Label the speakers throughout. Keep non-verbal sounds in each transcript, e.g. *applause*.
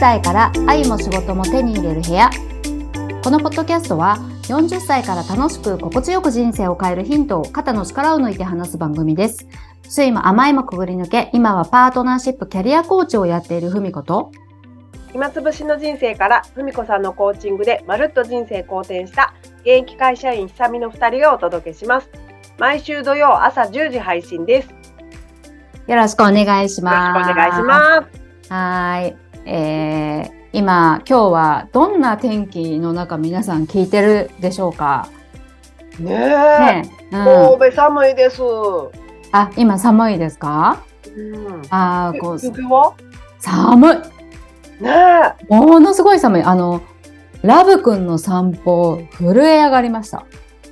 Speaker 1: 代から愛も仕事も手に入れる部屋このポッドキャストは40歳から楽しく心地よく人生を変えるヒントを肩の力を抜いて話す番組です酸も甘いもくぐり抜け今はパートナーシップキャリアコーチをやっているふみこと
Speaker 2: 暇つぶしの人生からふみこさんのコーチングでまるっと人生好転した現役会社員ひさみの2人がお届けします毎週土曜朝10時配信ですよ
Speaker 1: よろしくお願いし
Speaker 2: ろし
Speaker 1: ます
Speaker 2: くお願いします
Speaker 1: すはーい、えー、今今日はどんな天気の中皆さん聞いてるでしょうか
Speaker 2: ねえ
Speaker 1: ねえ、うん、
Speaker 2: 神戸寒いです、
Speaker 1: あ今寒いですか
Speaker 2: うん、
Speaker 1: あーこう
Speaker 2: 東京は
Speaker 1: 寒い
Speaker 2: ね
Speaker 1: ものすごい寒い。あの、ラブくんの散歩、震え上がりました。
Speaker 2: え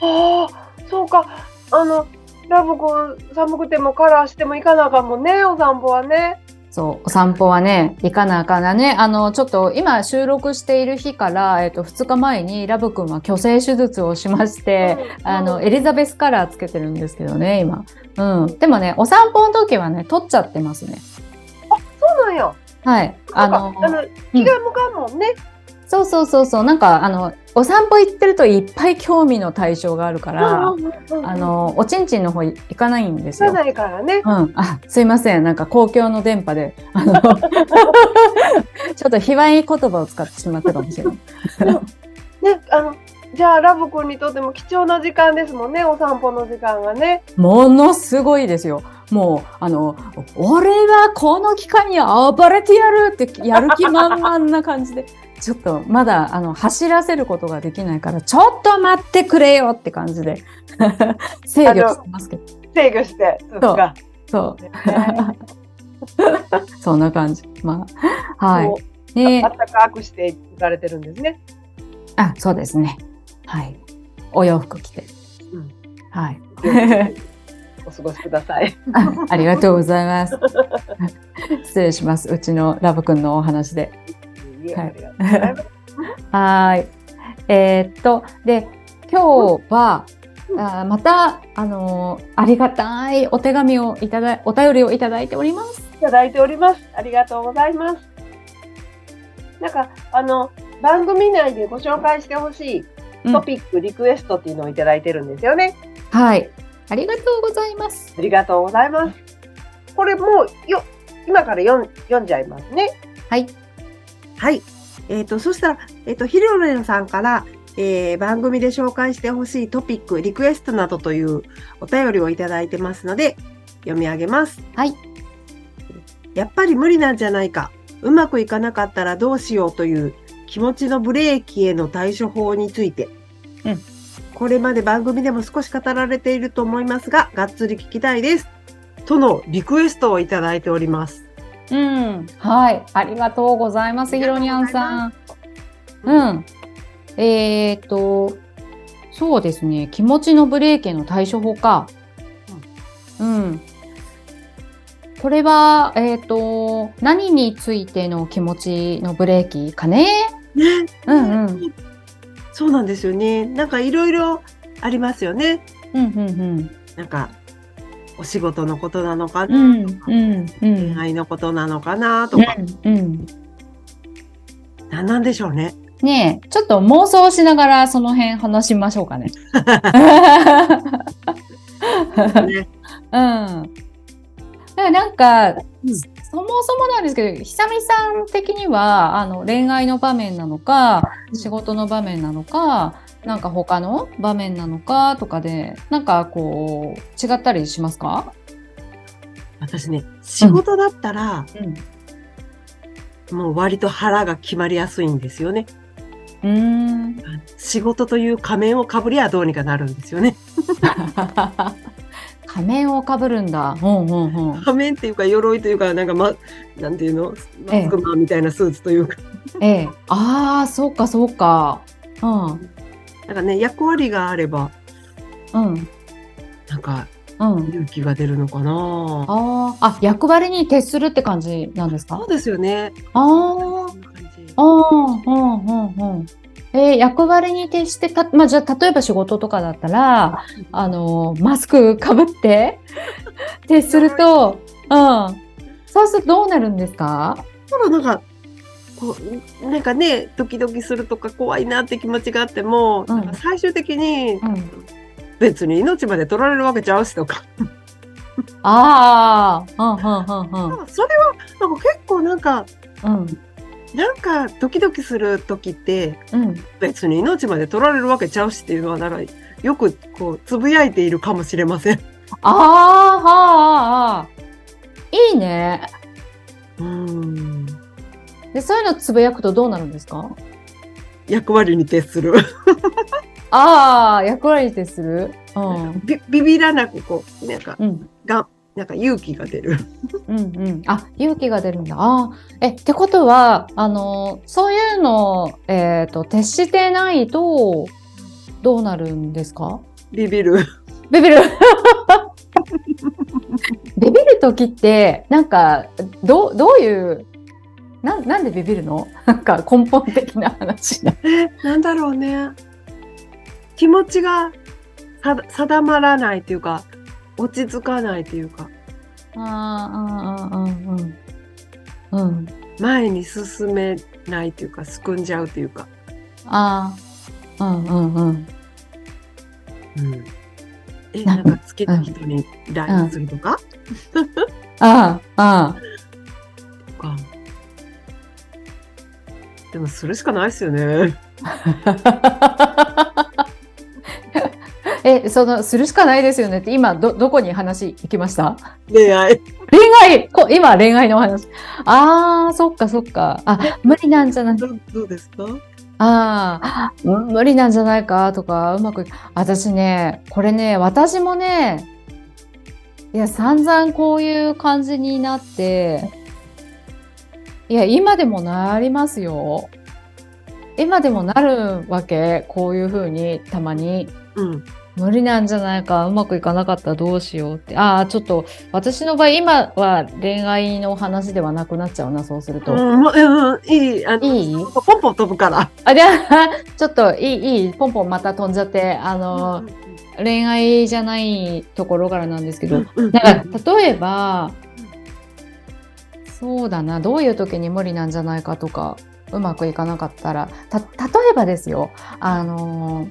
Speaker 2: ああそうかあのラブコン寒くてもカラーしても行かなあかんもんねお散歩はね
Speaker 1: そう、お散歩はね、行かなあかんだね。あの、ちょっと今収録している日から、えっと、2日前にラブくんは虚勢手術をしまして、
Speaker 2: うん
Speaker 1: あの、
Speaker 2: うん
Speaker 1: エリザベスカラーつけてるんですけどね、今。うん。でもね、お散歩の時はね、取っちゃってますね。
Speaker 2: そうなんよ
Speaker 1: はい。あ
Speaker 2: あ
Speaker 1: の
Speaker 2: の、あの気が向かんもんね、
Speaker 1: そうそうそうそう、なんか、あの、お散歩行ってるといっぱい興味の対象があるから、あ
Speaker 2: あ
Speaker 1: の、おちんちんの方行かないんです
Speaker 2: じゃ
Speaker 1: よ。
Speaker 2: ないからね。
Speaker 1: うん、あすいませんなんか公共の電波であの *laughs* ちょっと卑猥言葉を使ってしまったかもしれない
Speaker 2: ね、あの、じゃあ、ラブ君にとっても貴重な時間ですもんね、お散歩の時間がね。
Speaker 1: ものすごいですよもうあの「俺はこの期間に暴れてやる!」ってやる気満々な感じでちょっとまだあの走らせることができないから「ちょっと待ってくれよ!」って感じで *laughs* 制御してますけど
Speaker 2: 制御して。そっか。
Speaker 1: そ
Speaker 2: ね
Speaker 1: うそんな感じまあはい
Speaker 2: こう
Speaker 1: ね
Speaker 2: あったかくしていかれてるんですね。
Speaker 1: あ、そうですね。はい。お洋服着て。
Speaker 2: うん
Speaker 1: はい。 *laughs*
Speaker 2: お過ごしください。
Speaker 1: あありがとうございます。 *laughs* 失礼します。うちのラブくんのお話で。
Speaker 2: いえ
Speaker 1: はい
Speaker 2: ありがとうございます
Speaker 1: はーい。えーっと、で、今日は、
Speaker 2: うん
Speaker 1: あーまた、あのーありがたいお手紙をいただい、お便りをいただいております。
Speaker 2: いただいております。ありがとうございます。なんか、あの、番組内でご紹介してほしいトピック、リクエストっていうのをいただいてるんですよね。
Speaker 1: はい。ありがとうございます。
Speaker 2: ありがとうございます。これもうよ今から読ん読んじゃいますね。
Speaker 1: はい。
Speaker 2: はい。えっ、とそしたらえっ、とヒロレンさんから、えー番組で紹介してほしいトピックリクエストなどというお便りをいただいてますので読み上げます。
Speaker 1: はい。
Speaker 2: やっぱり無理なんじゃないか。うまくいかなかったらどうしようという気持ちのブレーキへの対処法について。
Speaker 1: うん
Speaker 2: これまで番組でも少し語られていると思いますが、がっつり聞きたいです。とのリクエストをいただいております。
Speaker 1: うん。はい。ありがとうございます、
Speaker 2: あり
Speaker 1: ひ
Speaker 2: が
Speaker 1: ろ
Speaker 2: とうござ
Speaker 1: に
Speaker 2: い
Speaker 1: ゃ
Speaker 2: ま
Speaker 1: ん
Speaker 2: す
Speaker 1: さん。うん。えーっと、そうですね。気持ちのブレーキへの対処法か。うん。これは、えーっと、何についての気持ちのブレーキかね。
Speaker 2: ね、
Speaker 1: うんうん。
Speaker 2: そうなんですよね。なんかいろいろありますよね。
Speaker 1: うんうん
Speaker 2: なんかお仕事のことなのか
Speaker 1: う
Speaker 2: な、
Speaker 1: ん。うんうんう
Speaker 2: 恋
Speaker 1: ん。
Speaker 2: 愛のことなのかなとか、
Speaker 1: うんうん。
Speaker 2: なん、なんでしょう
Speaker 1: *laughs*
Speaker 2: ね。
Speaker 1: ねえ、ちょっと妄想しながらその辺話しましょう *laughs* かね。
Speaker 2: ね
Speaker 1: うん。だからなんか、そもそもなんですけど、久美さん的には、あの、恋愛の場面なのか、
Speaker 2: うん
Speaker 1: 仕事の場面なのか、なんか他の場面なのかとかで、なんかこう、違ったりしますか
Speaker 2: 私ね、仕事だったら、もう割と腹が決まりやすいんですよね。
Speaker 1: うん。うん。
Speaker 2: 仕事という仮面をかぶりゃどうにかなるんですよね。
Speaker 1: 仮面をかぶるんだ。うんうんうん。
Speaker 2: 仮面っていうか鎧というか、なんかま、なんていうの、マスクマンみたいなスーツというか、
Speaker 1: ええ。ああ、そうかそうか。うん。
Speaker 2: なんかね、役割があれば、
Speaker 1: うん。
Speaker 2: なんか
Speaker 1: うん。
Speaker 2: 勇気が出るのかな。
Speaker 1: ああ、あ、役割に徹するって感じなんです
Speaker 2: そ
Speaker 1: か
Speaker 2: うですよね。
Speaker 1: ああ。
Speaker 2: そんな感じ
Speaker 1: ああ、うんうんうん。えー役割に徹してた、まあ、じゃあ、例えば仕事とかだったら、あのーマスクかぶ *laughs* って、徹すると、うん。そうするとどうなるんですか
Speaker 2: ただなんか、こうなんかねドキドキするとか怖いなって気持ちがあっても、
Speaker 1: うん
Speaker 2: なんか最終的に
Speaker 1: うん。
Speaker 2: 別に命まで取られるわけちゃうしとか、
Speaker 1: ああ、うん、うん、うん、
Speaker 2: それはなんか結構なんか
Speaker 1: うん。
Speaker 2: なんかドキドキする時って
Speaker 1: うん、うん。
Speaker 2: 別に命まで取られるわけちゃうしっていうのはなんかよくこうつぶやいているかもしれません。
Speaker 1: ああ、はあ、ああ。いいね。
Speaker 2: うん
Speaker 1: で、そういうのつぶやくとどうなるんですか
Speaker 2: 役割に徹する
Speaker 1: ああ、役割ってするうん。
Speaker 2: ビビビらなくこうなんか
Speaker 1: うん。
Speaker 2: がなんか勇気が出る。
Speaker 1: うんうん。あ、勇気が出るんだ。あーえ、ってことは、あのー、そういうのを、えっ、と、徹してないと、どうなるんですか
Speaker 2: ビビる。
Speaker 1: ビ *laughs* ビるビビる時って、なんか、どう、どういう、な、なんでビビるの *laughs* なんか根本的な話。
Speaker 2: え *laughs* なんだろうね気持ちがさ定まらないというか落ち着かないというか
Speaker 1: ああ、うんうんうん。うん。
Speaker 2: 前に進めないというかすくんじゃうというか、
Speaker 1: ああ、うんうんうん。
Speaker 2: え
Speaker 1: な
Speaker 2: なんか好きな人に LINE するとか、
Speaker 1: ああ、ああ。
Speaker 2: とかでもそれしかないですよね
Speaker 1: *laughs* え、その、するしかないですよねって、今、ど、どこに話行きました
Speaker 2: *laughs* 恋愛
Speaker 1: 恋愛こ今、恋愛のお話。ああ、そっかそっか。あ、無理なんじゃない
Speaker 2: どどうですか
Speaker 1: ああ、無理なんじゃないかとか、うまくい、私ね、これね、私もね、いや、散々こういう感じになって、いや、今でもなりますよ。今でもなるわけ、こういうふうに、たまに。
Speaker 2: うん
Speaker 1: 無理なんじゃないか、うまくいかなかったらどうしようって。ああ、ちょっと、私の場合、今は恋愛の話ではなくなっちゃうな、そうすると。
Speaker 2: うん、もううん、いいあの
Speaker 1: いい
Speaker 2: ポンポン飛ぶから
Speaker 1: あ、じゃあ、ちょっといい、いい、ポンポンまた飛んじゃって、あの、恋愛じゃないところからなんですけど、
Speaker 2: うんうん
Speaker 1: なんか、例えば、そうだな、どういう時に無理なんじゃないかとか、うまくいかなかったら、た、例えばですよ、あの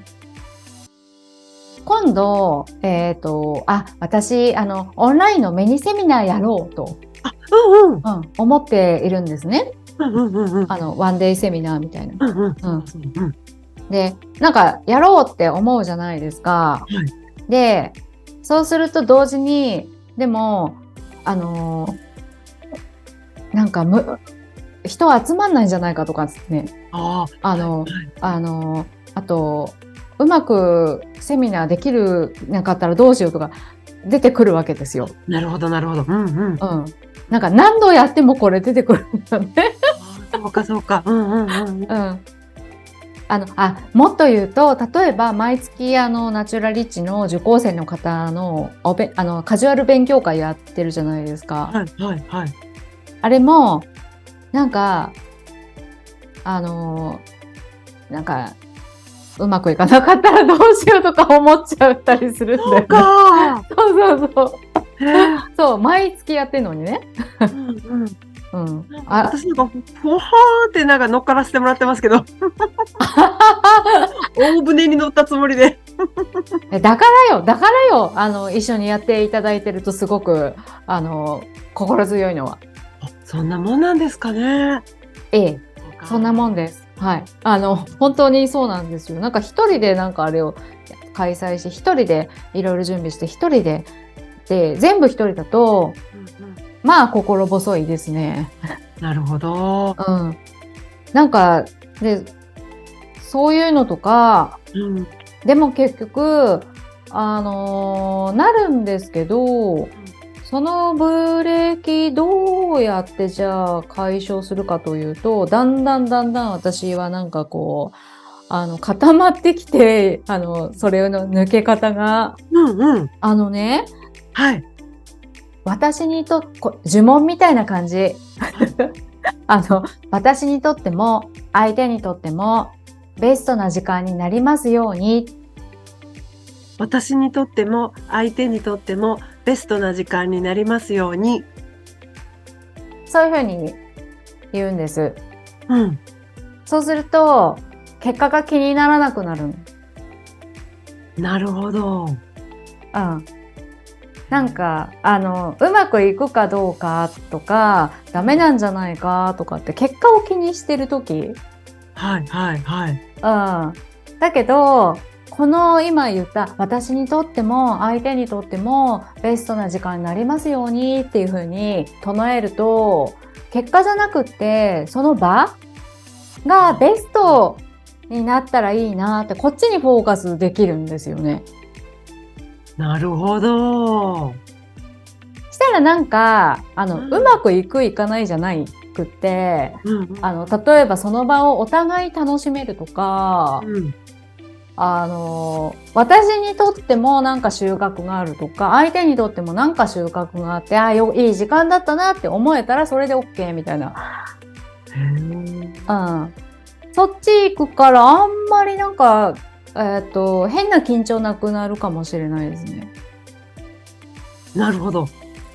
Speaker 1: 今度、えっ、と、あ、私、あの、オンラインのミニセミナーやろうと、
Speaker 2: うんう
Speaker 1: う
Speaker 2: ん
Speaker 1: ん、思っているんですね。
Speaker 2: うんうんうんうん
Speaker 1: あの、ワンデイセミナーみたいな。
Speaker 2: うんうん
Speaker 1: うん
Speaker 2: うん
Speaker 1: で、なんかやろうって思うじゃないですか。
Speaker 2: は
Speaker 1: で、そうすると同時に、でも、あのーなんかむ、人集まんないんじゃないかとかですね。
Speaker 2: あ
Speaker 1: あの、あのーあと、うまくセミナーできるなかったらどうしようとか出てくるわけですよ。
Speaker 2: なるほどなるほど。うんうん。
Speaker 1: うん。なんか何度やってもこれ出てくるんだね。
Speaker 2: そうかそうか。うんうんうん。
Speaker 1: うんあのあもっと言うと例えば毎月あのナチュラリッチの受講生の方のおべあのカジュアル勉強会やってるじゃないですか、
Speaker 2: はいはいはい。
Speaker 1: あれもなんかあのなんかうまくいかなかったらどうしようとか思っちゃったりするんだよ、ね、
Speaker 2: か。
Speaker 1: そうそうそう
Speaker 2: へえ。
Speaker 1: そう毎月やってるのにね、
Speaker 2: うんうん。
Speaker 1: うん、あ
Speaker 2: 私なんかほはーってなんか乗っからせてもらってますけ *laughs* ど、大船に乗ったつもりで。
Speaker 1: えだからよ、だからよ、あの、一緒にやっていただいてるとすごく、あの、心強いのは。
Speaker 2: そんなもんなんですかね。。
Speaker 1: ええ、そんなんもんです。はい。あの、本当にそうなんですよ。なんか一人でなんかあれを開催して、一人でいろいろ準備して、一人で、で、全部一人だと、まあ、心細いですね。
Speaker 2: なるほど。
Speaker 1: うん。なんか、で、そういうのとか、
Speaker 2: うん。
Speaker 1: でも結局、あのーなるんですけど、そのブレーキどうやってじゃあ解消するかというと、だんだんだんだん私はなんかこう、あの、固まってきて、 *laughs* あの、それの抜け方が、
Speaker 2: うんうん。
Speaker 1: あのね、
Speaker 2: はい。
Speaker 1: 私にと、こ呪文みたいな感じ。 *laughs* あの、私にとっても、相手にとっても、ベストな時間になりますように
Speaker 2: 私にとっても相手にとってもベストな時間になりますように。
Speaker 1: そういうふうに言うんです。
Speaker 2: うん。
Speaker 1: そうすると、結果が気にならなくなるの。
Speaker 2: なるほど。
Speaker 1: うん。なんか、あの、うまくいくかどうかとか、ダメなんじゃないかとかって、結果を気にしてるとき、
Speaker 2: はいはいはい。
Speaker 1: うん。だけど、この今言った私にとっても相手にとってもベストな時間になりますようにっていうふうに唱えると結果じゃなくってその場がベストになったらいいなってこっちにフォーカスできるんですよね。
Speaker 2: なるほど。
Speaker 1: したらなんかあの、
Speaker 2: う
Speaker 1: うんまくいくいかないじゃないくって
Speaker 2: うん。
Speaker 1: あの例えばその場をお互い楽しめるとか、
Speaker 2: うん。
Speaker 1: あの私にとってもなんか収穫があるとか相手にとってもなんか収穫があってあよいい時間だったなって思えたらそれで OK みたいな、
Speaker 2: へえ
Speaker 1: うん、そっち行くからあんまりなんか、えー、と変な緊張なくなるかもしれないですね。
Speaker 2: なるほど。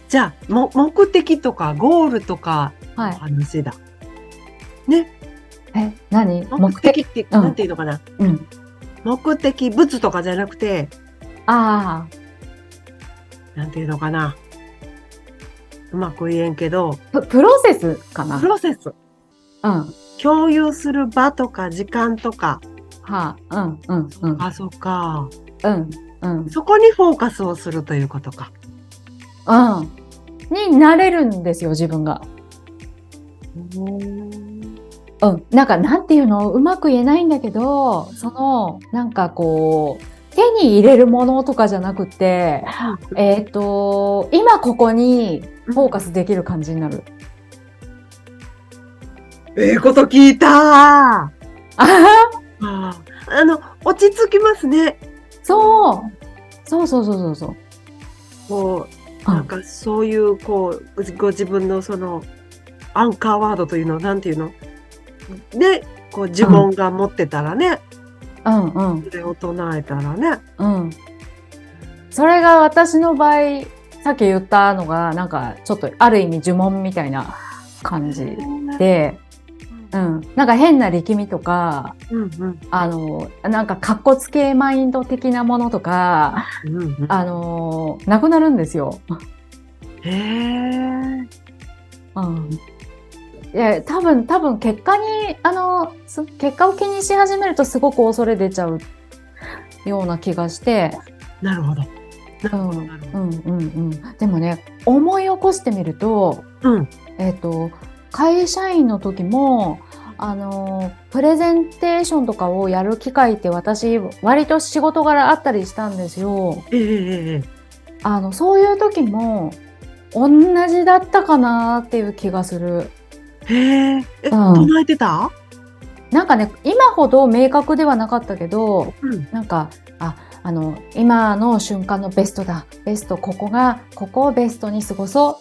Speaker 2: じゃあ、も、目的とかゴールとか、
Speaker 1: はい、
Speaker 2: 話だ。
Speaker 1: え何目
Speaker 2: 目
Speaker 1: 的
Speaker 2: 的って、
Speaker 1: うん
Speaker 2: なんていうのかな。
Speaker 1: うん、
Speaker 2: 目的物とかじゃなくて、
Speaker 1: あ
Speaker 2: なんていうのかな。うまく言えんけど、
Speaker 1: あププロセスかな。
Speaker 2: プロセス。
Speaker 1: うんは
Speaker 2: 共有する場とか時間とか。
Speaker 1: あ、うんうんうん
Speaker 2: あ、そっか。
Speaker 1: うんうん
Speaker 2: そこにフォーカスをするということか。
Speaker 1: うんになれるんですよ自分が。うん、なんかなんていうのうまく言えないんだけどそのなんかこう手に入れるものとかじゃなくてえっ、と今ここにフォーカスできる感じになる。
Speaker 2: ええこと聞いたあ
Speaker 1: あはは
Speaker 2: ああの、落ち着きますね。
Speaker 1: そうそうそうそうそうそう。
Speaker 2: こう、
Speaker 1: うん
Speaker 2: なんかそういう、こう、ご自分のその、アンカーワードというの、なんていうので、こう、呪文が持ってたらね、
Speaker 1: うんうん
Speaker 2: それを唱えたらね。
Speaker 1: うん。それが私の場合さっき言ったのがなんかちょっとある意味呪文みたいな感じで、うん、なんか変な力みとか
Speaker 2: うんうん
Speaker 1: あの、なんか、かっこつけマインド的なものとか、
Speaker 2: うんうん。
Speaker 1: あの、なくなるんですよ。
Speaker 2: へえ。
Speaker 1: うん。いや、多分、多分、結果に、あの、す結果を気にし始めるとすごく恐れ出ちゃうような気がして、
Speaker 2: なるほど。なる
Speaker 1: うん、
Speaker 2: ほ
Speaker 1: う
Speaker 2: ど、
Speaker 1: ん
Speaker 2: なる、
Speaker 1: う
Speaker 2: ほ
Speaker 1: ん、うん。でもね、思い起こしてみると、
Speaker 2: ど。うん。
Speaker 1: えっ、と、会社員の時も、あの、プレゼンテーションとかをやる機会って私、割と仕事柄あったりしたんですよ。
Speaker 2: ええええ
Speaker 1: あのそういう時も同じだったかなっていう気がする。
Speaker 2: ええ。へえ。え、
Speaker 1: うん
Speaker 2: 唱えてた
Speaker 1: なんかね今ほど明確ではなかったけど
Speaker 2: うん。
Speaker 1: なんかああの今の瞬間のベストだベストここがここをベストに過ごそう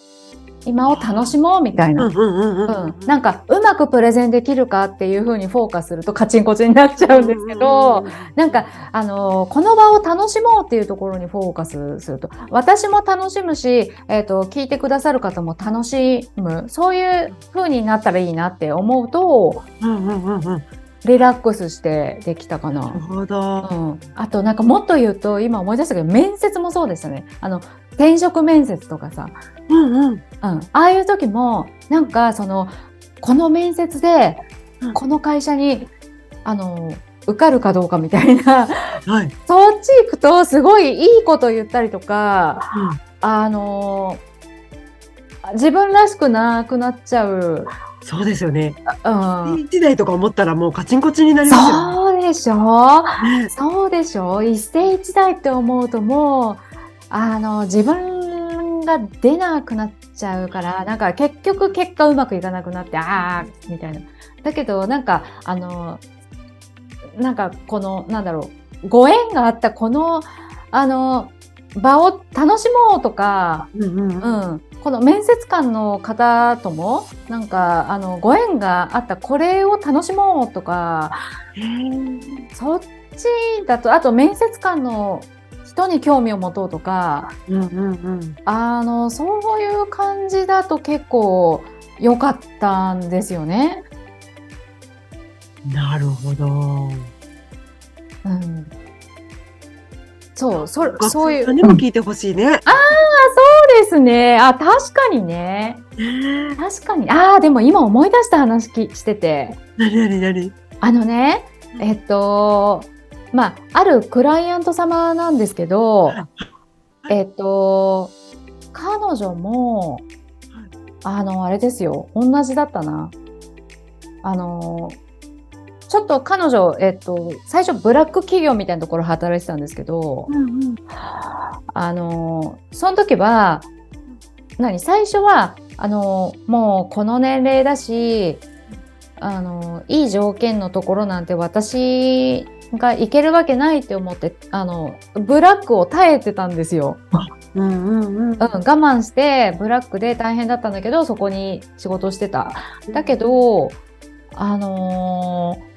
Speaker 1: 今を楽しもうみたい
Speaker 2: うん
Speaker 1: な。
Speaker 2: うんうんうん
Speaker 1: うん、なんかうまくプレゼンできるかっていう風にフォーカスするとカチンコチンになっちゃうんですけど、なんか、あのこの場を楽しもうっていうところにフォーカスすると、私も楽しむし、えっ、と、聞いてくださる方も楽しむ、そういう風になったらいいなって思うと、
Speaker 2: うんうんうんうん。な
Speaker 1: リラックスしてできたか
Speaker 2: る
Speaker 1: な。
Speaker 2: ほど。
Speaker 1: うん、あとなんかもっと言うと今思い出したけど面接もそうでしたねあの転職面接とかさ、
Speaker 2: うんう
Speaker 1: う
Speaker 2: ん。
Speaker 1: ん、ああいう時もなんかそのこの面接で
Speaker 2: うん
Speaker 1: この会社にあの受かるかどうかみたいな
Speaker 2: はい。
Speaker 1: そっち行くとすごいいいこと言ったりとか、あのー自分らしくなくなっちゃう。
Speaker 2: そうですよね。
Speaker 1: うん、
Speaker 2: 一台とか思ったらもうカチンコチンになりますよ
Speaker 1: そうでしょ
Speaker 2: ね。
Speaker 1: そうでしょ一世一代って思うともう、あの、自分が出なくなっちゃうから、なんか結局結果うまくいかなくなって、ああ、みたいな。だけど、なんか、あの、なんかこの、なんだろう、ご縁があったこの、あの、場を楽しもうとか、
Speaker 2: うんうんうん。
Speaker 1: うん、この面接官の方ともなんかあのご縁があったこれを楽しもうとか
Speaker 2: へー
Speaker 1: そっちだとあと面接官の人に興味を持とうとか
Speaker 2: うんうんうん。
Speaker 1: あのそういう感じだと結構良かったんですよね。
Speaker 2: なるほど。
Speaker 1: うん。そう、そ、そういう。
Speaker 2: 学生さんにも聞いてほしいね。
Speaker 1: そうですね。あ、確かにね。
Speaker 2: ねえ
Speaker 1: 確かに。ああ、でも今思い出した話きしてて。
Speaker 2: なになになに
Speaker 1: あのね、えっと、まあ、あるクライアント様なんですけど、えっと、彼女も、あの、あれですよ、同じだったな。あの、ちょっと彼女、えっと、最初ブラック企業みたいなところ働いてたんですけど、
Speaker 2: うんうん。
Speaker 1: あのその時は何最初はあのもうこの年齢だしあのいい条件のところなんて私がいけるわけないって思ってあのブラックを耐えてたんですよ、
Speaker 2: うんうんうん
Speaker 1: うん、。我慢してブラックで大変だったんだけどそこに仕事をしてただけど、あのー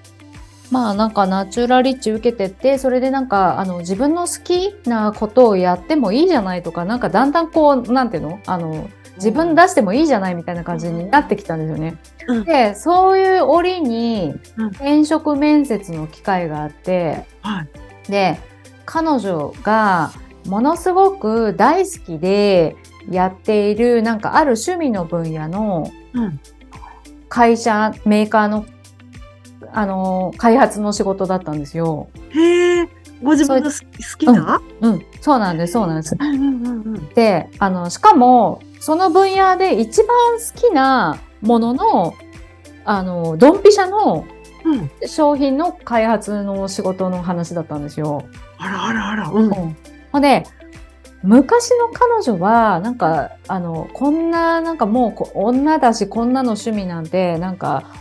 Speaker 1: まあなんかナチュラリッチ受けてって、それでなんかあの自分の好きなことをやってもいいじゃないとか、なんかだんだんこう、なんていうのあの、自分出してもいいじゃないみたいな感じになってきたんですよね。
Speaker 2: うん
Speaker 1: で、そういう折に
Speaker 2: うん
Speaker 1: 転職面接の機会があって、
Speaker 2: はい。
Speaker 1: で、彼女がものすごく大好きでやっている、なんかある趣味の分野の
Speaker 2: うん。
Speaker 1: 会社メーカーのあの開発の仕事だったんですよ。
Speaker 2: へえ。ご自分の好き好きな
Speaker 1: うん、そうなんです、そうなんです。
Speaker 2: うんうんうんうん。
Speaker 1: で、あのしかもその分野で一番好きなもののあのドンピシャの
Speaker 2: うん。
Speaker 1: 商品の開発の仕事の話だったんですよ。
Speaker 2: あらあらあら。うん。
Speaker 1: うん、ほんで昔の彼女はなんかあのこんななんかもうこ女だしこんなの趣味なんてなんか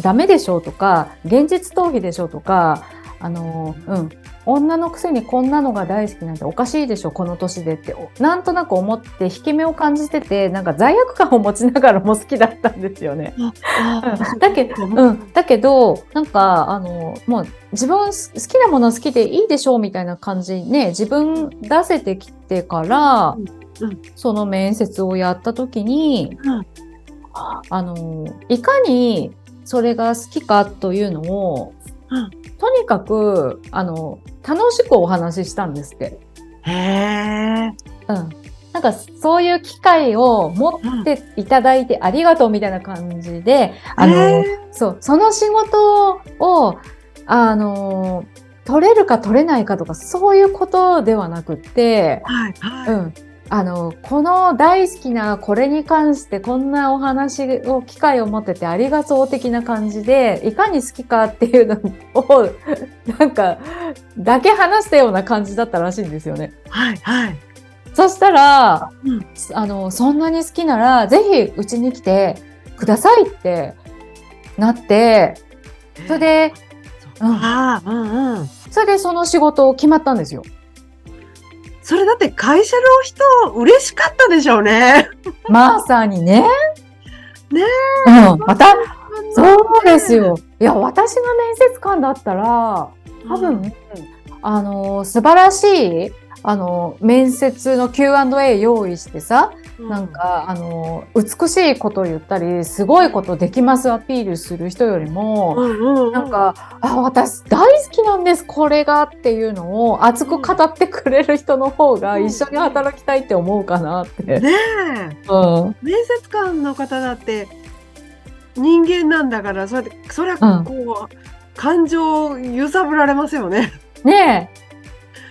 Speaker 1: ダメでしょうとか現実逃避でしょうとかあの、うん、女のくせにこんなのが大好きなんておかしいでしょこの年でっておなんとなく思って引け目を感じててなんか罪悪感を持ちながらも好きだったんですよね。
Speaker 2: あー
Speaker 1: だけ
Speaker 2: そうか
Speaker 1: うん、だけどなんかあのもう自分す好きなもの好きでいいでしょうみたいな感じね自分出せてきてから、
Speaker 2: うんうん
Speaker 1: その面接をやった時に、
Speaker 2: うん
Speaker 1: あのいかにそれが好きかというのを、
Speaker 2: うん
Speaker 1: とにかくあの楽しくお話ししたんですって。
Speaker 2: へえ。
Speaker 1: うんなんかそういう機会を持っていただいてありがとうみたいな感じで、あの、
Speaker 2: へ
Speaker 1: そう、その仕事を、あの、取れるか取れないかとか、そういうことではなくって、。
Speaker 2: はいはいう
Speaker 1: ん。あの、この大好きなこれに関してこんなお話を、機会を持っててありがとう的な感じで、いかに好きかっていうのを、なんか、だけ話したような感じだったらしいんですよね。
Speaker 2: はいはい。
Speaker 1: そしたら、
Speaker 2: うん
Speaker 1: あの、そんなに好きなら、ぜひうちに来てくださいってなって、それで、うん
Speaker 2: ああ、うんうん。
Speaker 1: それでその仕事を決まったんですよ。
Speaker 2: それだって会社の人、嬉しかったでしょうね。
Speaker 1: まさにね。
Speaker 2: ね
Speaker 1: うん、また、そうですよ。いや、私が面接官だったら、多分、あの、素晴らしい、あの、面接の Q&A 用意してさ、
Speaker 2: う
Speaker 1: なん、か、あの、美しいことを言ったり、すごいことできますアピールする人よりも、
Speaker 2: うんうんうん、
Speaker 1: なんか、あ、私大好きなんです、これがっていうのを熱く語ってくれる人の方が
Speaker 2: うん
Speaker 1: 一緒に働きたいって思うかなって。
Speaker 2: ねえ、
Speaker 1: うん。
Speaker 2: 面接官の方だって人間なんだから、そうやって、そりゃ
Speaker 1: うん
Speaker 2: こう、感情を揺さぶられますよね。
Speaker 1: ね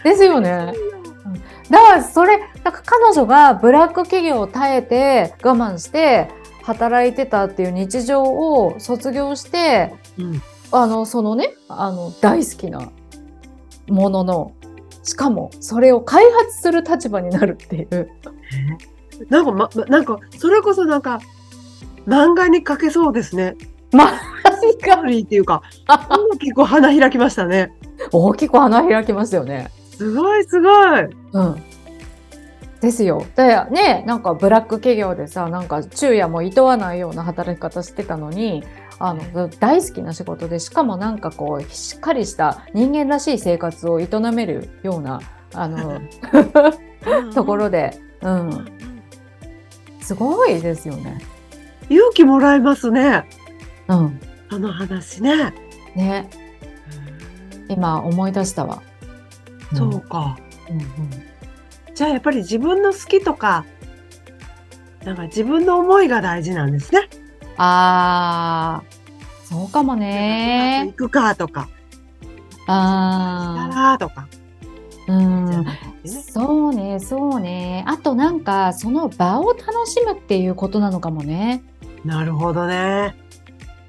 Speaker 1: え。ですよね。だから、それ、なんか彼女がブラック企業を耐えて我慢して働いてたっていう日常を卒業して、
Speaker 2: うん
Speaker 1: あの、そのね、あの、大好きなものの、しかも、それを開発する立場になるって *laughs* いう。
Speaker 2: なんか、ま、なんか、それこそなんか、漫画に描けそうですね。
Speaker 1: 何
Speaker 2: ストー
Speaker 1: か
Speaker 2: リーっていうか、結構花開きましたね。
Speaker 1: 大きく穴開きますよね。
Speaker 2: すごいすごい。
Speaker 1: うん。ですよ。で、ね、なんかブラック企業でさ、なんか昼夜も厭わないような働き方してたのに、あの、大好きな仕事で、しかもなんかこう、しっかりした人間らしい生活を営めるような、あ
Speaker 2: *laughs*
Speaker 1: の、ところで、う
Speaker 2: うんうん
Speaker 1: ん。すごいですよね。
Speaker 2: 勇気もらえますね。
Speaker 1: うん。
Speaker 2: あの話ね。
Speaker 1: ね、今思い出したわ。ん
Speaker 2: そうか。
Speaker 1: うんうん
Speaker 2: じゃあやっぱり自分の好きとか、なんか自分の思いが大事なんですね。
Speaker 1: あー、そうかもね。
Speaker 2: 行くかとか、した
Speaker 1: あ
Speaker 2: らとか。
Speaker 1: ー、うん。
Speaker 2: ね
Speaker 1: そうね、そうね。あとなんか、その場を楽しむっていうことなのかもね。
Speaker 2: なるほどね。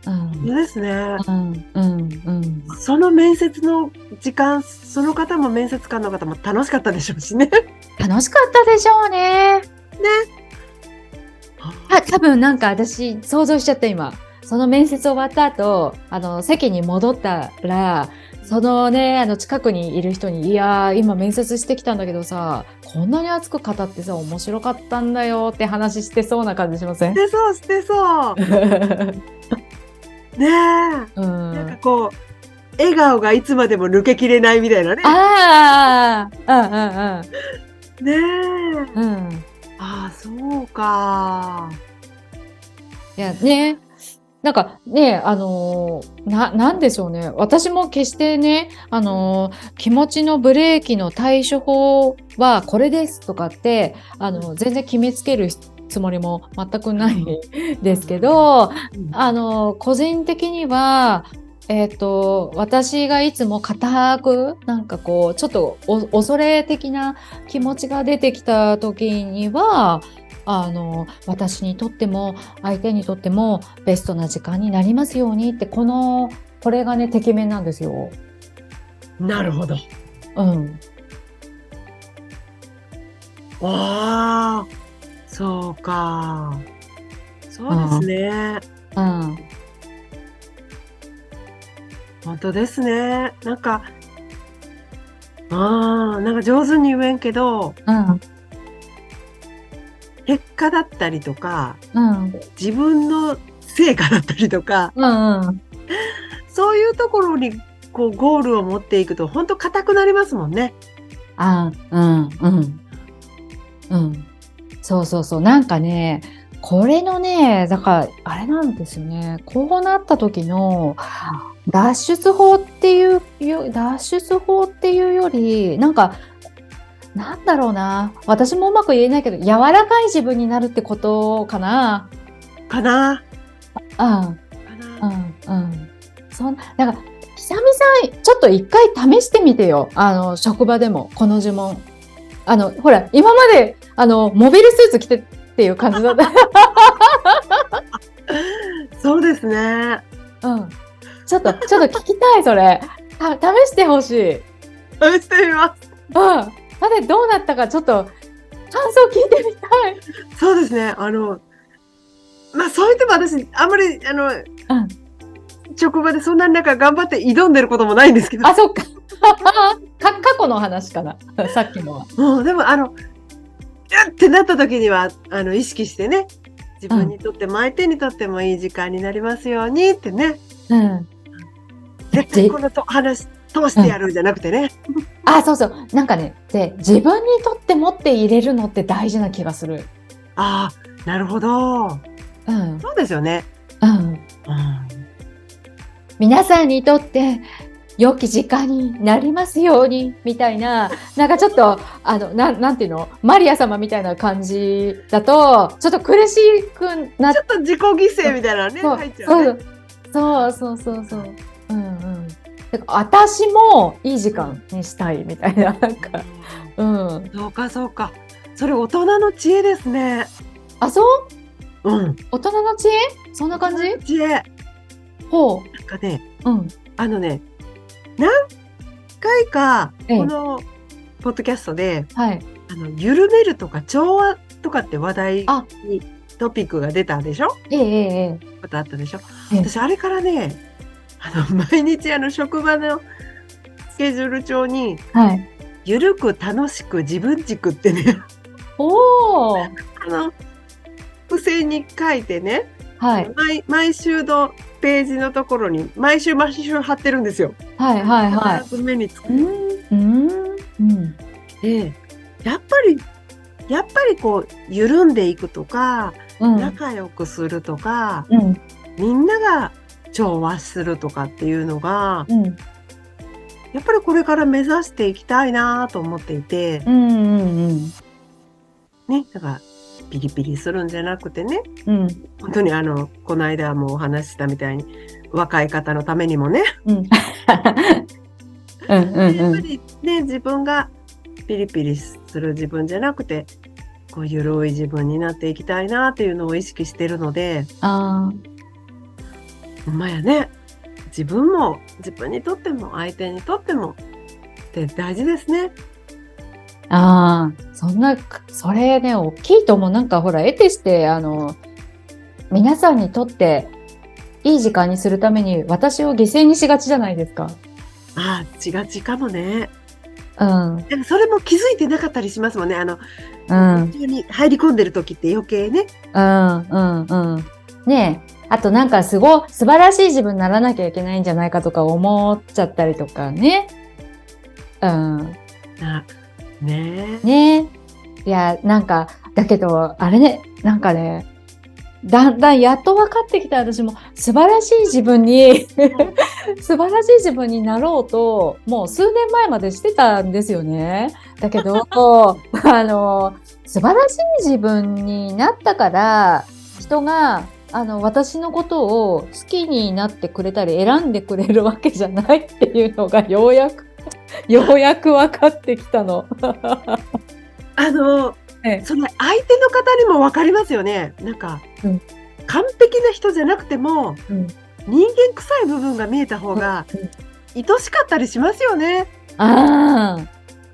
Speaker 1: うん。
Speaker 2: そうですね。
Speaker 1: うん、うん、うん。
Speaker 2: その面接の時間、その方も面接官の方も楽しかったでしょ
Speaker 1: *laughs*
Speaker 2: うしね。
Speaker 1: 楽しかったでしょうね。あ、多分なんか私、想像しちゃった今。その面接終わった後、あの、席に戻ったら、そのね、あの、近くにいる人に、いやー、今面接してきたんだけどさ、こんなに熱く語ってさ、面白かったんだよって話してそうな感じしません
Speaker 2: 捨てそう、捨てそう。ねえ。
Speaker 1: う
Speaker 2: なんか
Speaker 1: ん。
Speaker 2: こう、笑顔がいつまでも抜けきれないみたいなね。
Speaker 1: ああ、
Speaker 2: ねえ。
Speaker 1: うんうんうん。うん。
Speaker 2: ああ、そうか。
Speaker 1: いやね、なんかね、あのーな、なんでしょうね。私も決してね、あのー気持ちのブレーキの対処法はこれですとかって、あの、全然決めつけるつもりも全くないですけど、あのー個人的には、えっ、と、私がいつも固く、なんかこう、ちょっとお恐れ的な気持ちが出てきた時には、あの、私にとっても、相手にとってもベストな時間になりますようにってこのこれがねてきめんなんですよ。
Speaker 2: なるほど。
Speaker 1: うん、
Speaker 2: ああ、そうか。そうですね。
Speaker 1: うん、
Speaker 2: 本当ですね。なんか、ああ、なんか上手に言えんけど、
Speaker 1: うん、
Speaker 2: 結果だったりとか、
Speaker 1: うん、
Speaker 2: 自分の成果だったりとか、
Speaker 1: うん、うん、
Speaker 2: そういうところに、こう、ゴールを持っていくと、本当硬くなりますもんね。
Speaker 1: あ、うん、うん、うん、そうそうそう、なんかね、これのね、だからあれなんですよね、こうなった時の脱出法っていうよ、脱出法っていうより、なんか、なんだろうな、私もうまく言えないけど、柔らかい自分になるってことかな。
Speaker 2: かな
Speaker 1: うん。う
Speaker 2: かな、
Speaker 1: んうんそんなんか久々ちょっと一回試してみてよあの職場でもこの呪文あのほら今まであのモビルスーツ着てっていう感じだった
Speaker 2: そうですね。
Speaker 1: うんちょっとちょっと聞きたいそれた試してほしいうん
Speaker 2: 試してみま
Speaker 1: あれどうなったかちょっと感想聞いてみたい
Speaker 2: す。そうですね。あの、まあ、そう言っても私、あんまり、あの、
Speaker 1: うん
Speaker 2: 職場でそんなになんか頑張って挑んでることもないんですけど。
Speaker 1: あそっか *laughs* か過去の話かな *laughs* さっきのは
Speaker 2: もうでもあのうっってなった時にはあの意識してね自分にとっても相手にとってもいい時間になりますようにってね
Speaker 1: うん
Speaker 2: 絶対このと話通してやるんじゃなくてね、
Speaker 1: あそうそうなんかねで自分にとって持って入れるのって大事な気がする
Speaker 2: ああなるほど
Speaker 1: うん
Speaker 2: そうですよね、
Speaker 1: うん
Speaker 2: うん、
Speaker 1: 皆さんにとって良き時間になりますようにみたいななんかちょっとあのななんていうのマリア様みたいな感じだとちょっと苦しくなっ
Speaker 2: ちょっと自己犠牲みたいなのね
Speaker 1: そう
Speaker 2: 入っちゃうね
Speaker 1: そうそうそうそうそううんうんだから私もいい時間にしたいみたいななんかうん
Speaker 2: うんそうかそうかそれ大人の知恵ですね
Speaker 1: あそう
Speaker 2: うん
Speaker 1: 大人の知恵そんな感じ
Speaker 2: 大人の知恵な
Speaker 1: ほ
Speaker 2: んかね
Speaker 1: ううん
Speaker 2: あのね何回か
Speaker 1: ええ
Speaker 2: このポッドキャストで、
Speaker 1: はい
Speaker 2: あの緩めるとか調和とかって話題
Speaker 1: あ
Speaker 2: にトピックが出たでしょ
Speaker 1: ええええええ
Speaker 2: ことあったでしょ
Speaker 1: ええ
Speaker 2: 私あれからねあの *laughs* 毎日あの職場のスケジュール帳に
Speaker 1: はい
Speaker 2: 「ゆるく楽しく自分軸」ってね
Speaker 1: おお
Speaker 2: あの付箋に書いてね、
Speaker 1: はい
Speaker 2: 毎毎週のページのところに毎週毎週貼ってるんですよ。
Speaker 1: はいはいはい
Speaker 2: 必ず目につく
Speaker 1: うんうん
Speaker 2: でやっぱりやっぱりこう緩んでいくとか
Speaker 1: うん
Speaker 2: 仲良くするとか、
Speaker 1: うん
Speaker 2: みんなが調和するとかっていうのが、
Speaker 1: うん。
Speaker 2: やっぱりこれから目指していきたいなと思っていて、
Speaker 1: うんうんうん。
Speaker 2: ね、だからピリピリするんじゃなくてね、
Speaker 1: うん。
Speaker 2: 本当にあの、この間もお話ししたみたいに、若い方のためにもね、
Speaker 1: うん。うんうん
Speaker 2: やっ
Speaker 1: う
Speaker 2: ぱ
Speaker 1: ん。
Speaker 2: りね、自分がピリピリする自分じゃなくて、こう、ゆるい自分になっていきたいなっていうのを意識してるので、
Speaker 1: ああ。
Speaker 2: ほんまやね、自分も、自分にとっても、相手にとっても、って大事ですね。
Speaker 1: ああ、そんな、それね、大きいと思う。なんかほら、得てして、あの、皆さんにとって、いい時間にするために私を犠牲にしがちじゃないですか。
Speaker 2: ああ、ちがちかもね。
Speaker 1: うん。
Speaker 2: なんかそれも気づいてなかったりしますもんね。あの、
Speaker 1: うん。
Speaker 2: 本当に入り込んでる時って余計ね。
Speaker 1: うんうんうん。ねえ。あとなんかすご、素晴らしい自分にならなきゃいけないんじゃないかとか思っちゃったりとかね。うん。
Speaker 2: あねえ。
Speaker 1: ねえ。いや、なんか、だけど、あれね、なんかね、だんだんやっと分かってきた私も、素晴らしい自分に、 *laughs* 素晴らしい自分になろうと、もう数年前までしてたんですよね。だけど、 *laughs* あの、素晴らしい自分になったから、人が、あの、私のことを好きになってくれたり、選んでくれるわけじゃないっていうのが、ようやく、ようやく分かってきたの。
Speaker 2: あの、
Speaker 1: ええ
Speaker 2: その相手の方にも分かりますよね。なんか、
Speaker 1: うん
Speaker 2: 完璧な人じゃなくても、
Speaker 1: うん
Speaker 2: 人間臭い部分が見えた方が
Speaker 1: うん、
Speaker 2: 愛しかったりしますよね。
Speaker 1: あ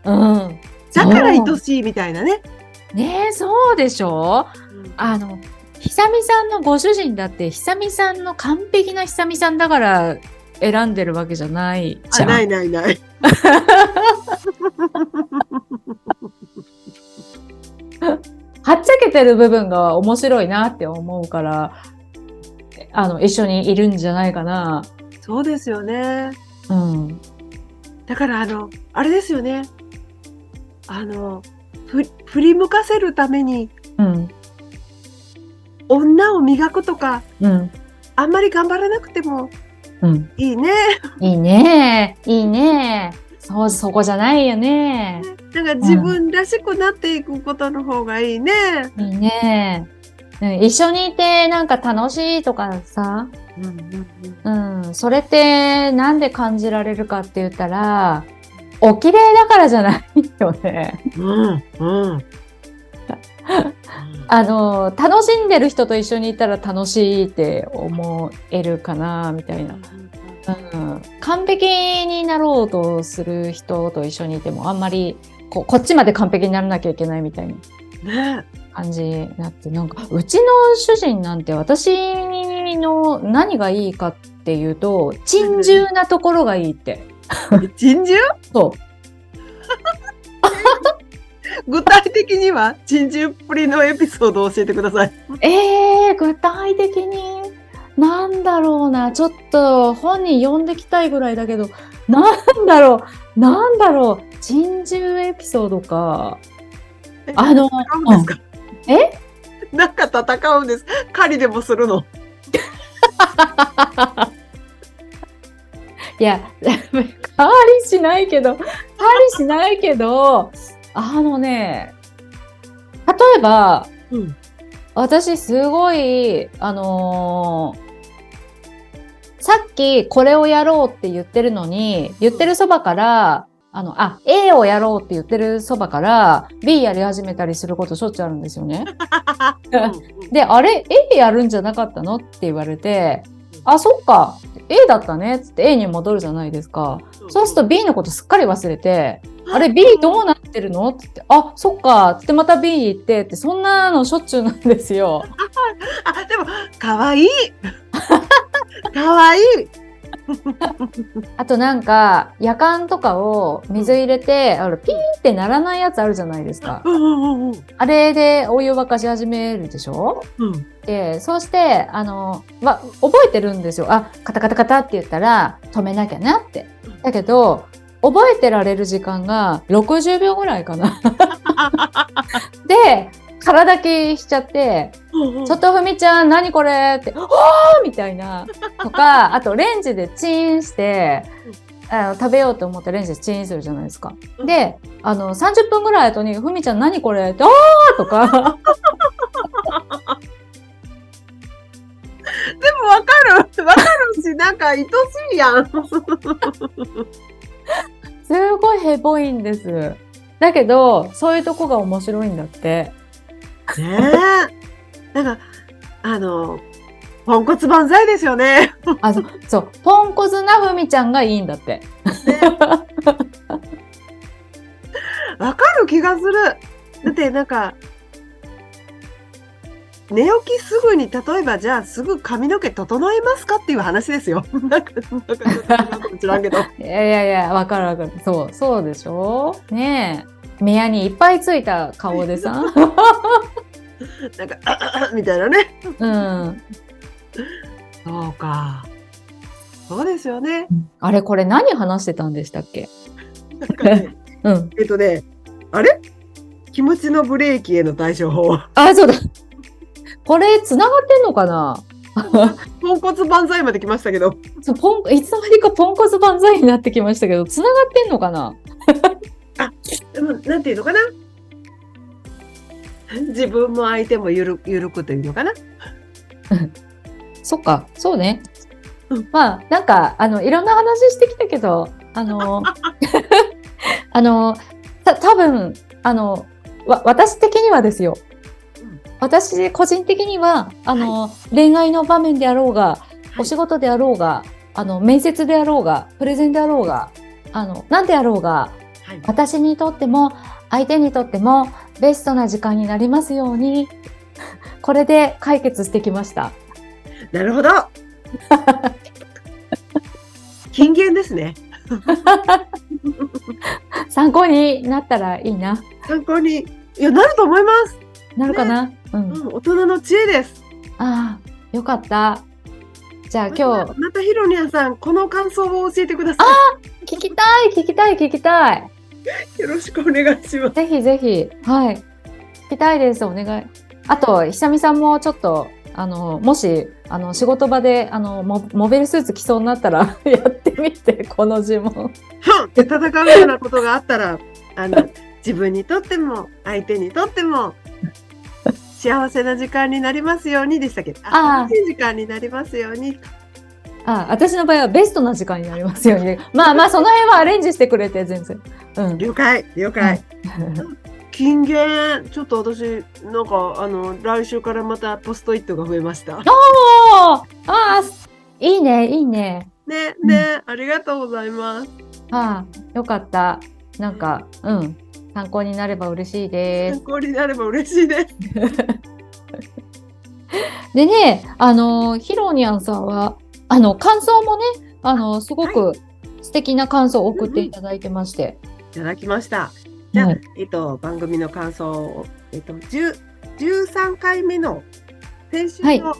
Speaker 1: あ、うん。
Speaker 2: だから
Speaker 1: そ
Speaker 2: 愛
Speaker 1: う
Speaker 2: しいみたいなね。
Speaker 1: ねえ、そうでしょあの、ひさみさんのご主人だって、ひさみさんの完璧なひさみさんだから選んでるわけじゃないじ
Speaker 2: あ
Speaker 1: ゃん。
Speaker 2: ないないない。
Speaker 1: はっちゃけてる部分が面白いなって思うから、あの、一緒にいるんじゃないかな。
Speaker 2: そうですよね。
Speaker 1: うん。
Speaker 2: だからあの、あれですよね。あの、ふ振り向かせるために
Speaker 1: うん。
Speaker 2: 女を磨くとか、
Speaker 1: うん。
Speaker 2: あんまり頑張らなくても
Speaker 1: うん。
Speaker 2: いいね。
Speaker 1: いいねいいねそう、そこじゃないよね
Speaker 2: なんか自分らしくなっていくことの方がいいね。
Speaker 1: いいねうん、一緒にいてなんか楽しいとかさ、
Speaker 2: うんうんうん
Speaker 1: うん、それってなんで感じられるかって言ったら、お綺麗だからじゃないよね。 *laughs*
Speaker 2: うんうん。
Speaker 1: あの、楽しんでる人と一緒にいたら楽しいって思えるかな、みたいな。うん、完璧になろうとする人と一緒にいても、あんまりこうこっちまで完璧にならなきゃいけないみたいな
Speaker 2: ね
Speaker 1: 感じになって、なんか、うちの主人なんて私の何がいいかっていうと、珍重なところがいいって。
Speaker 2: 珍獣 *laughs*
Speaker 1: そう。
Speaker 2: 具体的には珍獣っぷりのエピソードを教えてください。
Speaker 1: えー、具体的に、なんだろうな、ちょっと本人呼んできたいぐらいだけど、なんだろう、なんだろう、珍獣エピソードか。
Speaker 2: え
Speaker 1: あの、
Speaker 2: 戦うんですか、
Speaker 1: うんえ
Speaker 2: なんか戦うんです。狩りでもするの。
Speaker 1: いや、変わりしないけど、変わりしないけど、あのね、例えば、
Speaker 2: うん。
Speaker 1: 私すごい、あのーさっきこれをやろうって言ってるのに、言ってるそばから、あの、あ、A をやろうって言ってるそばから、B やり始めたりすることしょっちゅうあるんですよね。で、あれ ?A やるんじゃなかったのって言われて、あ、そっか。A だったねっつって A に戻るじゃないですか。そうすると B のことすっかり忘れて、あれ B どうなってるのって言って、あ、そっか。つってまた B 行ってって、そんなのしょっちゅうなんですよ。
Speaker 2: あ、でも、可愛い *laughs* 可愛い
Speaker 1: あとなんか、夜間とかを水入れて、あのピーってならないやつあるじゃないですか
Speaker 2: う。んうんうんうん。
Speaker 1: あれでお湯沸かし始めるでしょ
Speaker 2: うん。
Speaker 1: で、そうして、あの、わ覚えてるんですよ。あ、カタカタカタって言ったら止めなきゃなって。だけど、覚えてられる時間が60秒ぐらいかな。で、空だけしちゃって、ちょっとふみちゃん、何これって、おーみたいな。とか、あとレンジでチンして、あの食べようと思ってレンジでチンするじゃないですか。で、あの、30分ぐらい後に、ふみちゃん何これって、おーとか、
Speaker 2: でもわかる。わかるし、なんか愛しいや
Speaker 1: *laughs*
Speaker 2: ん。
Speaker 1: すごいヘボいんです。だけど、そういうとこが面白いんだって。
Speaker 2: ねえ。なんか、あの、ポンコツ万歳ですよね。
Speaker 1: あ、そう、そうポンコツなふみちゃんがいいんだって。
Speaker 2: わかる気がする。だって、なんか、寝起きすぐに、例えば、じゃあすぐ髪の毛整えますかっていう話ですよ。 *laughs* なんか、なんか、なんか知らんけど。
Speaker 1: いやいやいや、わかるわかる。そう、そうでしょねえ。目やにいっぱいついた顔でさ。
Speaker 2: なんか、あああみたいなね。
Speaker 1: うん。
Speaker 2: そうか。そうですよね。
Speaker 1: あれ、これ何話してたんでしたっけ
Speaker 2: なんかね、
Speaker 1: うん。
Speaker 2: えっとね、あれ気持ちのブレーキへの対処法。
Speaker 1: あ、そうだ。これ、繋がってんのかな
Speaker 2: ポンコツ万歳まで来ましたけど。
Speaker 1: そうポンいつの間にかポンコツ万歳になってきましたけど、繋がってんのかな
Speaker 2: でもなんていうのかな自分も相手もゆるゆるくというのかな
Speaker 1: そっか、そうね
Speaker 2: うん。
Speaker 1: まあ、なんか、あの、いろんな話してきたけど、あ *laughs* の、あの、た、多分あの、わ、私的にはですよ
Speaker 2: うん。
Speaker 1: 私、個人的には、あの、恋愛の場面であろうが、
Speaker 2: い
Speaker 1: お仕事であろうが、あの、面接であろうが、プレゼンであろうが、あの、なんであろうが、
Speaker 2: はい
Speaker 1: 私にとっても、相手にとっても、ベストな時間になりますように、これで解決してきました。
Speaker 2: なるほど *laughs* 金言ですね
Speaker 1: 参考になったらいいな。
Speaker 2: 参考にいやなると思います、
Speaker 1: なるかな、うん。
Speaker 2: うん、大人の知恵です
Speaker 1: ああ、よかった。じゃあ今
Speaker 2: ま
Speaker 1: 日、
Speaker 2: たまたヒロニアさんこの感想を教えてくださ
Speaker 1: 聞きたい、聞きたい、聞きたい。
Speaker 2: いよろしくお願いします
Speaker 1: ぜひぜひ、はい。聞きたいです、お願い。あと、ひさみさんもちょっと、あの、もし、あの、仕事場で、あの、モモビルスーツ着そうになったら、 *laughs* やってみて、この呪文。
Speaker 2: ふんって戦うようなことがあったらあの自分にとっても相手にとっても幸せな時間になりますようにでしたっけど
Speaker 1: あー
Speaker 2: 楽しい時間になりますように
Speaker 1: あ、私の場合はベストな時間になりますよね。まあまあ、その辺はアレンジしてくれて、全然。うん。
Speaker 2: 了解了解、金言ちょっと私なんかあの来週からまたポストイットが増えました
Speaker 1: おーああ、いいね、いいね。
Speaker 2: ねね、ありがとうございます
Speaker 1: ああ、よかった。なんか、うん、参考になれば嬉しいで
Speaker 2: 参
Speaker 1: す。
Speaker 2: 考になれば嬉しいです
Speaker 1: でね、あの、ヒロニャンさんは、あの、感想もね、あの、すごく素敵な感想を送っていただいてまして。
Speaker 2: いただきましたじゃあ、
Speaker 1: はい
Speaker 2: えっと番組の感想をえっと10 13回目の先週の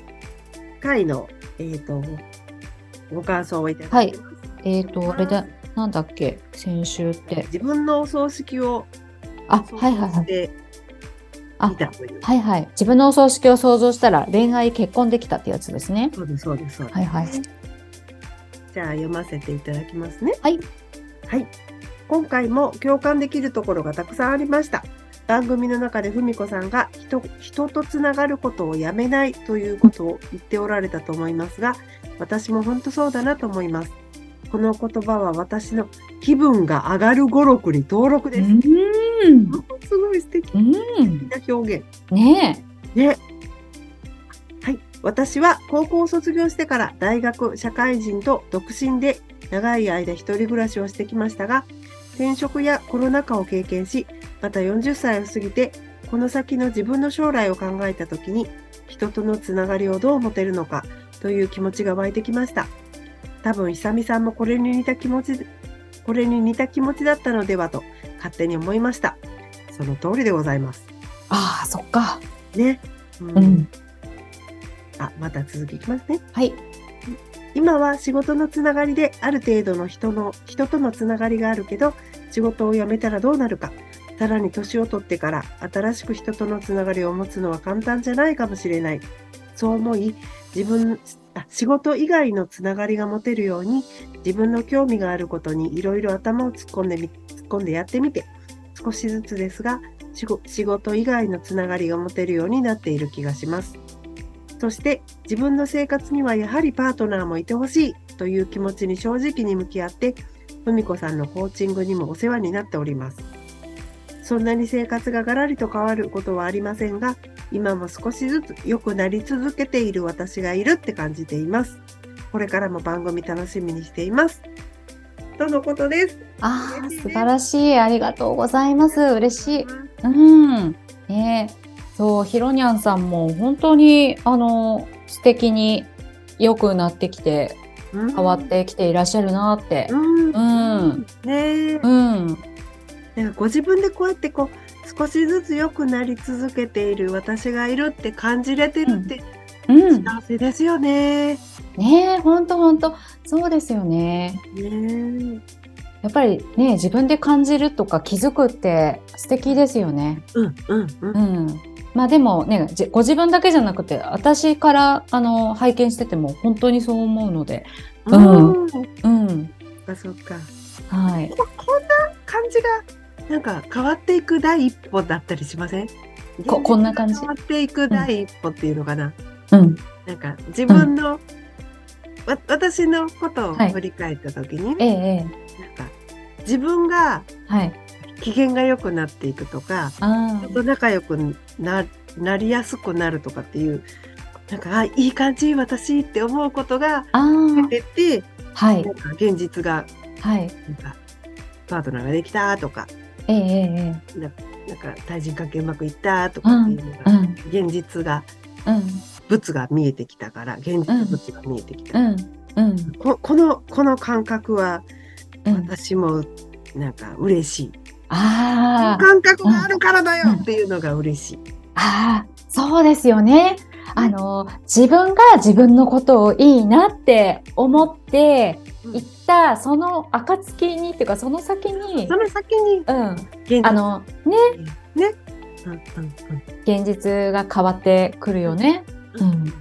Speaker 2: 回の、えっとご感想をいただいてます、
Speaker 1: えっ、と、あれだ、なんだっけ、先週って。
Speaker 2: 自分のお葬式を
Speaker 1: あ、
Speaker 2: 想
Speaker 1: はい
Speaker 2: 像
Speaker 1: はいは
Speaker 2: し
Speaker 1: い。
Speaker 2: て
Speaker 1: あ
Speaker 2: みたという、
Speaker 1: はいはい。自分のお葬式を想像したら恋愛結婚できたってやつですね。
Speaker 2: そうですそうですそうです
Speaker 1: はいはい。
Speaker 2: じゃあ読ませていただきますね。
Speaker 1: はい。
Speaker 2: はい。今回も共感できるところがたくさんありました。番組の中でふみこさんが人人とつながることをやめないということを言っておられたと思いますが、私も本当そうだなと思います。この言葉は私の気分が上がる語録に登録です。
Speaker 1: ん。
Speaker 2: 本当すごい素敵
Speaker 1: うん。
Speaker 2: な表現。
Speaker 1: ねえ。
Speaker 2: ね。はい。私は高校を卒業してから大学、社会人と独身で長い間一人暮らしをしてきましたが、転職やコロナ禍を経験し、また40歳を過ぎて、この先の自分の将来を考えた時に、人とのつながりをどう持てるのかという気持ちが湧いてきました。多分、久美さんもこれに似た気持ち、これに似た気持ちだったのではと勝手に思いました。その通りでございます。
Speaker 1: ああ、そっか。
Speaker 2: ね。
Speaker 1: うん。
Speaker 2: あ、また続きいきますね。
Speaker 1: はい。
Speaker 2: 今は仕事のつながりである程度の人の、人とのつながりがあるけど、仕事を辞めたらどうなるか。さらに年を取ってから新しく人とのつながりを持つのは簡単じゃないかもしれない。そう思い、自分、あ仕事以外のつながりが持てるように、自分の興味があることにいろいろ頭を突っ込んでみ、突っ込んでやってみて、少しずつですが、仕事仕事以外のつながりが持てるようになっている気がします。そして自分の生活にはやはりパートナーもいてほしいという気持ちに正直に向き合って、ふみこさんのコーチングにもお世話になっております。そんなに生活がガラリと変わることはありませんが、今も少しずつ良くなり続けている私がいるって感じています。これからも番組楽しみにしています。とのことです。
Speaker 1: ああ、
Speaker 2: 嬉しいね
Speaker 1: 素晴らしい。ありがとうございます。嬉しい。うん。ねえそう、ひろにゃんさんも本当に、あの、素敵に良くなってきて、
Speaker 2: 変
Speaker 1: 変わっ。てきていらっしゃるなって。
Speaker 2: うん。
Speaker 1: うん。
Speaker 2: ねえ
Speaker 1: うん。
Speaker 2: なんかご自分でこうやってこう少しずつ良くなり続けている私がいるって感じれてるって
Speaker 1: うん。
Speaker 2: 幸せですよね。
Speaker 1: ねえ、ほんとほんと。そうですよね。
Speaker 2: ね
Speaker 1: やっぱりね、自分で感じるとか気づくって素敵ですよね。
Speaker 2: えうんうんうん
Speaker 1: うん。まあでもね、じご自分だけじゃなくて、私から、あの、拝見してても本当にそう思うので。うん
Speaker 2: うん。そっ
Speaker 1: うん。
Speaker 2: かそっか。
Speaker 1: はい。
Speaker 2: ここんな感じがなんか変わっていく第一歩だったりしません
Speaker 1: ここんな感じ
Speaker 2: 変わっていく第一歩っていうのかな。
Speaker 1: うん。
Speaker 2: なんか自分の、わ私のことを
Speaker 1: はい
Speaker 2: 振り返った時に、
Speaker 1: ええ、え
Speaker 2: なんか自分が
Speaker 1: え。はい。
Speaker 2: 機嫌が良くなっていくとか、
Speaker 1: あ
Speaker 2: 人と仲良くななりやすくなるとかっていうなんかあいい感じ私って思うことが
Speaker 1: あ。ああ。
Speaker 2: 出て
Speaker 1: はい
Speaker 2: な。んか現実が
Speaker 1: はい。
Speaker 2: なんかパートナーができたとか
Speaker 1: ええ、ええ、え
Speaker 2: なんか対人関係うまくいったとかっていうの
Speaker 1: え。う
Speaker 2: が、
Speaker 1: ん。
Speaker 2: 現実が
Speaker 1: うん。
Speaker 2: 物が見えてきたから現実物が見えてきた、
Speaker 1: うん。うん。
Speaker 2: ここのこの感覚は
Speaker 1: うん。
Speaker 2: 私もなんか嬉しい、こ
Speaker 1: あ
Speaker 2: の
Speaker 1: あ。
Speaker 2: 感覚があるからだよ
Speaker 1: うん
Speaker 2: っていうのが嬉しい、
Speaker 1: ああ。そうですよね。あの、自分が自分のことをいいなって思って、
Speaker 2: うん
Speaker 1: 行った、その暁に、っていうか、その先に
Speaker 2: そ、の先に
Speaker 1: うん。
Speaker 2: 現実
Speaker 1: あの、ね、
Speaker 2: ね。うんうんうん
Speaker 1: 現実が変わってくるよね。うん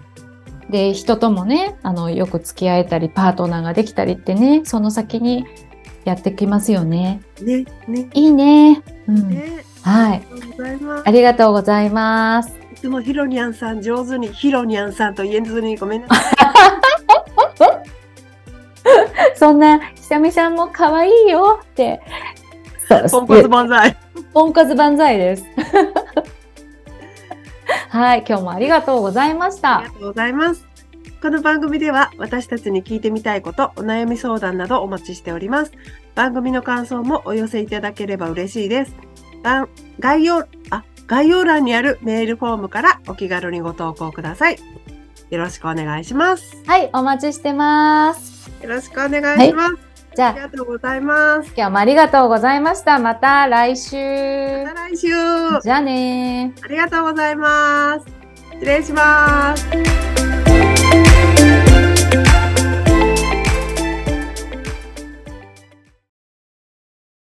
Speaker 1: で人ともねあのよく付き合えたりパートナーができたりってねその先にやってきますよね。
Speaker 2: ね、ね、
Speaker 1: いいね。うん、
Speaker 2: ね。
Speaker 1: は
Speaker 2: あ
Speaker 1: い
Speaker 2: りがとうございま
Speaker 1: ありがとうございます。
Speaker 2: す。いつもヒロニャンさん上手にヒロニャンさんと言えずにごめんなさい。
Speaker 1: そんなひさみさんも可愛いよって。
Speaker 2: ポンコツ万歳。
Speaker 1: ポンコツ万歳です。 *laughs* はい今日もありがとうございまし
Speaker 2: あり
Speaker 1: た
Speaker 2: が。とうございます。この番組では私たちに聞いてみたいこと、お悩み相談などお待ちしております。番組の感想もお寄せいただければ嬉しいです。番概要、あ、概要欄にあるメールフォームからお気軽にご投稿ください。よろしくお願いします。
Speaker 1: はいお待ちしてます。
Speaker 2: よろしくお願いします。
Speaker 1: じ
Speaker 2: あり
Speaker 1: ゃあ
Speaker 2: がとうございます。
Speaker 1: 今日もありがとうございました。また来週。
Speaker 2: また来週。
Speaker 1: じゃあねー。
Speaker 2: ありがとうございます。失礼します。